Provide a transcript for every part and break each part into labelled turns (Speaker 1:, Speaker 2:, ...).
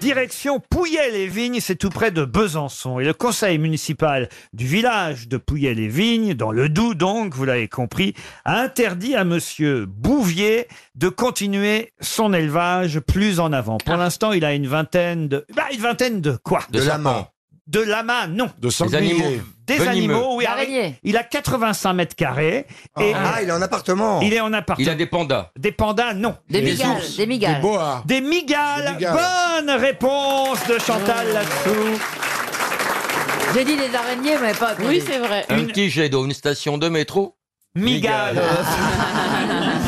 Speaker 1: Direction Pouillet-les-Vignes, c'est tout près de Besançon. Et le conseil municipal du village de Pouillet-les-Vignes, dans le Doubs donc, vous l'avez compris, a interdit à monsieur Bouvier de continuer son élevage plus en avant. Pour l'instant, il a une vingtaine de... Bah, une vingtaine de quoi
Speaker 2: De De lamas. serpents.
Speaker 1: De lamas, non.
Speaker 2: De sangliers. animaux.
Speaker 1: Des
Speaker 2: Venimeux.
Speaker 1: animaux, oui.
Speaker 3: D'araignées.
Speaker 1: Il a 85 mètres carrés.
Speaker 2: Ah, il est en appartement.
Speaker 1: Il est en appartement.
Speaker 4: Il a des pandas.
Speaker 1: Des pandas, non.
Speaker 3: Des Des migales, ours, des migales. des boas.
Speaker 2: hein.
Speaker 1: Des migales.
Speaker 3: Des migales.
Speaker 1: Bonne réponse de Chantal là-dessous.
Speaker 3: J'ai dit des araignées, mais pas.
Speaker 5: Oui, c'est vrai.
Speaker 4: Un petit jet d'eau, une station de métro.
Speaker 1: Migale.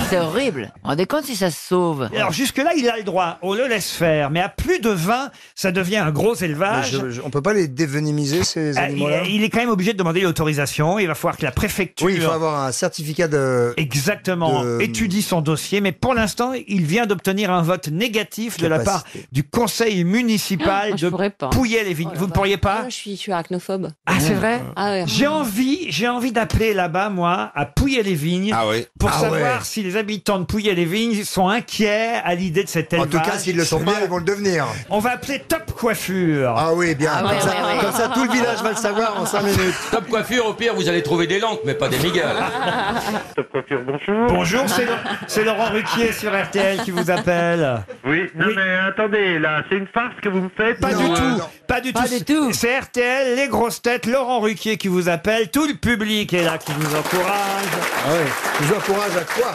Speaker 3: C'est horrible. On compte si ça se sauve.
Speaker 1: Alors jusque-là, il a le droit, on le laisse faire. Mais à plus de 20, ça devient un gros élevage.
Speaker 2: Mais je- je- on peut pas les dévenimiser, ces
Speaker 1: Euh, il,
Speaker 2: animaux-là
Speaker 1: il est quand même obligé de demander l'autorisation. Il va falloir que la préfecture
Speaker 2: Oui, il faut avoir un certificat de...
Speaker 1: exactement
Speaker 2: de- euh,
Speaker 1: étudie son dossier. Mais pour l'instant, il vient d'obtenir un vote négatif de la part
Speaker 2: Capacité.
Speaker 1: du conseil municipal
Speaker 5: Ah, je
Speaker 1: de
Speaker 5: pourrais pas.
Speaker 1: Pouillet-les-Vignes. Vous ne pourriez pas
Speaker 5: Ah, je suis, je suis arachnophobe.
Speaker 1: Ah, c'est vrai
Speaker 5: Ah ouais.
Speaker 1: J'ai envie, j'ai envie d'appeler là-bas, moi, à Pouillet-les-Vignes.
Speaker 2: Ah oui.
Speaker 1: Pour
Speaker 2: Ah
Speaker 1: savoir
Speaker 2: ouais.
Speaker 1: si les habitants de Pouillet-les-Vignes sont inquiets à l'idée de cet
Speaker 2: En
Speaker 1: élevage.
Speaker 2: tout cas, s'ils le sont pas, ils vont le devenir.
Speaker 1: On va appeler Top Coiffure.
Speaker 2: Ah oui, bien.
Speaker 3: Ah ouais,
Speaker 2: comme, ça,
Speaker 3: ouais, ouais.
Speaker 2: comme ça, tout le village va le savoir en 5 minutes.
Speaker 4: Top coiffure, au pire, vous allez trouver des lampes, mais pas des
Speaker 6: Ah,
Speaker 4: migales.
Speaker 7: Top Coiffure, bonjour.
Speaker 1: Bonjour, c'est Lo- c'est Laurent Ruquier sur RTL qui vous appelle.
Speaker 7: Oui, non
Speaker 1: Oui.
Speaker 7: mais attendez, là, c'est une farce que vous me faites
Speaker 1: Pas
Speaker 2: Non,
Speaker 1: du
Speaker 2: euh,
Speaker 1: tout,
Speaker 2: non.
Speaker 1: pas du
Speaker 3: Pas
Speaker 1: tout.
Speaker 3: du tout.
Speaker 1: C'est RTL, les grosses têtes, Laurent Ruquier qui vous appelle, tout le public est là qui vous encourage.
Speaker 2: Ah ouais. Je vous encourage à quoi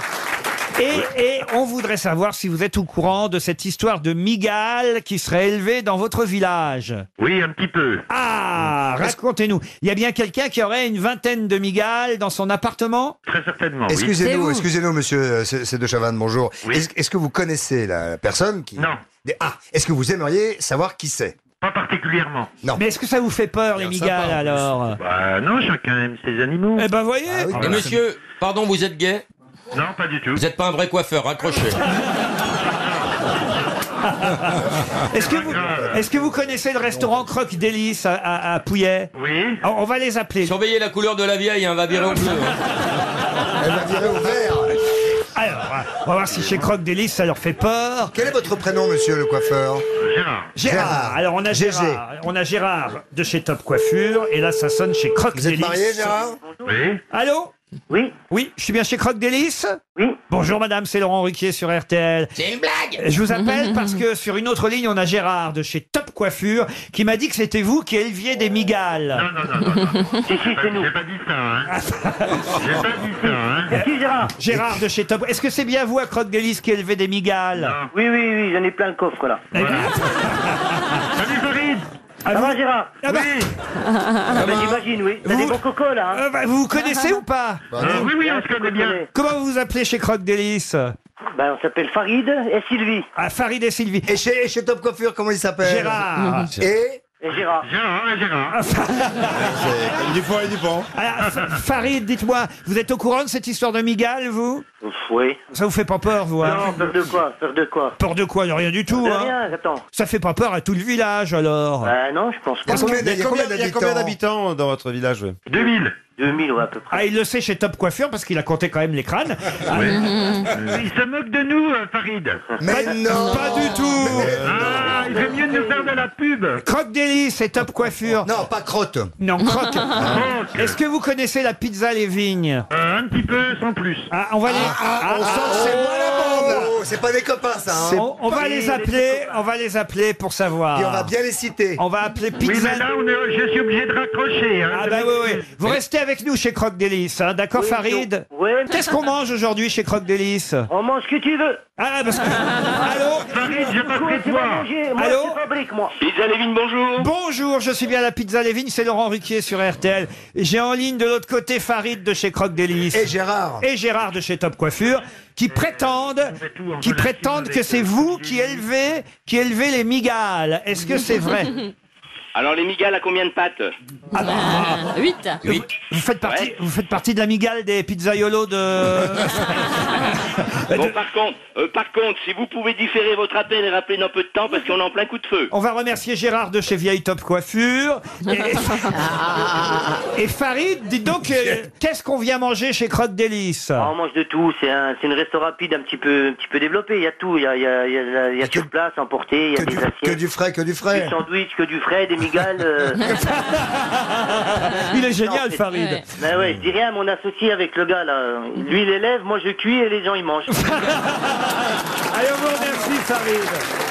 Speaker 1: Et, et on voudrait savoir si vous êtes au courant de cette histoire de migale qui serait élevée dans votre village.
Speaker 7: Oui, un petit peu.
Speaker 1: Ah, racontez-nous. Il y a bien quelqu'un qui aurait une vingtaine de migales dans son appartement
Speaker 7: Très certainement,
Speaker 3: C'est
Speaker 7: oui.
Speaker 3: vous.
Speaker 2: Excusez-nous, excusez-nous, monsieur euh, c'est c'est de Chavannes, bonjour.
Speaker 7: Oui.
Speaker 2: Est-ce est-ce que vous connaissez la personne qui...
Speaker 7: Non.
Speaker 2: Des- Ah, est-ce que vous aimeriez savoir qui c'est
Speaker 7: Pas particulièrement.
Speaker 1: Mais est-ce que ça vous fait peur, les
Speaker 2: Bien
Speaker 1: migales,
Speaker 2: sympa, en
Speaker 1: alors
Speaker 2: plus.
Speaker 7: Bah non, chacun aime ses animaux.
Speaker 1: Eh ben, voyez
Speaker 2: Ah oui.
Speaker 4: Et monsieur, pardon, vous êtes gay
Speaker 7: Non, pas du tout.
Speaker 4: Vous n'êtes pas un vrai coiffeur, accrochez.
Speaker 6: Ah.
Speaker 1: Est-ce
Speaker 2: Ah,
Speaker 1: que, vous, est-ce que vous connaissez le restaurant Croque Délice à, à- à Pouillet
Speaker 7: Oui
Speaker 1: Alors, On va les appeler.
Speaker 4: Surveillez la couleur de la vieille, hein, va virer au bleu. hein.
Speaker 2: Elle va virer au vert.
Speaker 1: Alors, on va voir si chez Croque Délice ça leur fait peur.
Speaker 2: Quel est votre prénom, monsieur le coiffeur
Speaker 7: Gérard.
Speaker 1: Gérard.
Speaker 2: Gérard.
Speaker 1: Alors on a
Speaker 2: GG.
Speaker 1: Gérard. On a Gérard de chez Top Coiffure et là ça sonne chez Croque
Speaker 2: Vous êtes
Speaker 1: Délice.
Speaker 2: marié, Gérard
Speaker 7: Oui
Speaker 1: Allô
Speaker 7: Oui
Speaker 1: Oui, je suis bien chez Croque Délice
Speaker 7: Oui.
Speaker 1: Bonjour madame, c'est Laurent Ruquier sur RTL.
Speaker 4: C'est une blague
Speaker 1: Je vous appelle parce que sur une autre ligne, on a Gérard de chez Top Coiffure qui m'a dit que c'était vous qui éleviez des migales.
Speaker 7: Non, non, non, non. non. si, si, c'est nous. J'ai pas dit ça, hein. J'ai pas dit ça, hein.
Speaker 1: Gérard de chez Top. Est-ce que c'est bien vous à Croque Délice qui élevez des migales
Speaker 6: Oui, oui, oui, j'en ai plein le coffre là.
Speaker 7: Salut Farid
Speaker 1: Ah,
Speaker 6: Ça
Speaker 1: vous-
Speaker 6: va, Gérard
Speaker 1: Ah bah,
Speaker 7: Oui
Speaker 6: Ah bah, J'imagine, oui. T'as
Speaker 1: Vous-
Speaker 6: des bons cocos là. hein
Speaker 1: euh, bah, vous vous connaissez ou pas
Speaker 7: Euh, Oui, oui, on
Speaker 6: Ah,
Speaker 7: se
Speaker 6: je te
Speaker 7: connaît bien.
Speaker 6: connais.
Speaker 1: Comment vous vous appelez chez Croque Délice
Speaker 6: Bah, on s'appelle Farid et Sylvie.
Speaker 1: Ah, Farid et Sylvie.
Speaker 2: Et chez, et chez Top Coiffure, comment il s'appelle
Speaker 1: Gérard.
Speaker 2: Et
Speaker 6: Et Gérard.
Speaker 7: Gérard, hein, Gérard.
Speaker 2: Du fond et du pont.
Speaker 1: Ah, F- Farid, dites-moi, vous êtes au courant de cette histoire de migale, vous
Speaker 6: Ouf, oui.
Speaker 1: Ça vous fait pas peur, vous hein
Speaker 6: Non, peur de quoi Peur de quoi
Speaker 1: Peur de quoi De Rien du tout,
Speaker 6: De
Speaker 1: hein
Speaker 6: rien, attends.
Speaker 1: Ça fait pas peur à tout le village, alors.
Speaker 6: Bah, non, je pense
Speaker 2: Il y
Speaker 6: pas.
Speaker 2: a combien,
Speaker 8: Il y a combien, il y a combien
Speaker 2: d'habitants
Speaker 8: d'habitants dans votre village
Speaker 7: 2000
Speaker 6: 2000, ouais, à peu près.
Speaker 1: Ah, il le sait chez Top Coiffure parce qu'il a compté quand même les crânes. Ah,
Speaker 7: Il se moque de nous, euh, Farid.
Speaker 2: Mais non Euh,
Speaker 1: Pas du tout
Speaker 7: Ah, il fait mieux de nous faire de la pub. Euh,
Speaker 1: Croque délice et Top Coiffure.
Speaker 2: Non, pas crotte.
Speaker 1: Non, croque.
Speaker 7: Donc,
Speaker 1: Est-ce que vous connaissez la pizza Les Vignes
Speaker 7: euh, un petit peu sans plus.
Speaker 1: Ah, on va les. Ah,
Speaker 2: on sent que c'est
Speaker 1: oh
Speaker 2: moi la bande là. C'est pas des copains, ça. hein.
Speaker 1: On, on va les appeler, on va les appeler pour savoir.
Speaker 2: Et on va bien les citer.
Speaker 1: On va appeler
Speaker 7: Oui,
Speaker 1: Pizza.
Speaker 7: mais là, on est- je suis obligé de raccrocher. Hein,
Speaker 1: Ah bah
Speaker 7: Je
Speaker 1: oui, oui.
Speaker 7: m'excuse.
Speaker 1: Vous restez avec nous chez Croque Délice, hein, d'accord
Speaker 6: Oui,
Speaker 1: Farid
Speaker 6: donc, Ouais,
Speaker 1: Qu'est-ce qu'on mange aujourd'hui chez Croque Délice
Speaker 6: on mange ce que tu veux.
Speaker 1: Ah parce que... Allô
Speaker 7: Farid, je
Speaker 6: Quoi,
Speaker 7: passerai te
Speaker 6: c'est pas
Speaker 7: voir.
Speaker 6: manger. Moi,
Speaker 1: Allô
Speaker 6: je fabrique, moi.
Speaker 1: Bonjour, je suis bien à la pizza Lévin, c'est Laurent Ruquier sur RTL. J'ai en ligne de l'autre côté Farid de chez Croque Délice.
Speaker 2: Et Gérard.
Speaker 1: et Gérard de chez Top Coiffure qui prétendent
Speaker 7: fait tout en
Speaker 1: qui
Speaker 7: relation
Speaker 1: prétendent
Speaker 7: avec
Speaker 1: que c'est
Speaker 7: le
Speaker 1: vous
Speaker 7: sujet.
Speaker 1: qui élevez qui élevez les migales. Est-ce que c'est vrai
Speaker 9: Alors les migales à combien de pattes
Speaker 5: 8.
Speaker 1: vous, vous faites partie
Speaker 9: Ouais.
Speaker 1: vous faites partie de la migale des pizzaiolos de
Speaker 9: Bon, par contre, euh, par contre, si vous pouvez différer votre appel et rappeler dans peu de temps parce qu'on est en plein coup de feu.
Speaker 1: On va remercier Gérard de chez Vieille Top Coiffure. Et, et Farid, dites donc, euh, qu'est-ce qu'on vient manger chez Croque Délice
Speaker 6: Ah, on mange de tout, c'est un, c'est une resto rapide un petit peu, un petit peu développé. Il y a tout, il y a, il y a, il y a, la- il y a sur place, emporté, il y a
Speaker 2: Que
Speaker 6: des
Speaker 2: du,
Speaker 6: assiettes,
Speaker 2: que du frais, que du
Speaker 6: des
Speaker 2: frais.
Speaker 6: sandwichs, que du frais, des migales. euh.
Speaker 1: Il est génial,
Speaker 6: Non,
Speaker 1: Farid.
Speaker 5: ouais.
Speaker 6: Mais Ben ouais, je dis rien à mon associé avec le gars là. Lui il élève, moi je cuis et les gens ils mangent.
Speaker 1: Allez, on vous remercie, Farid.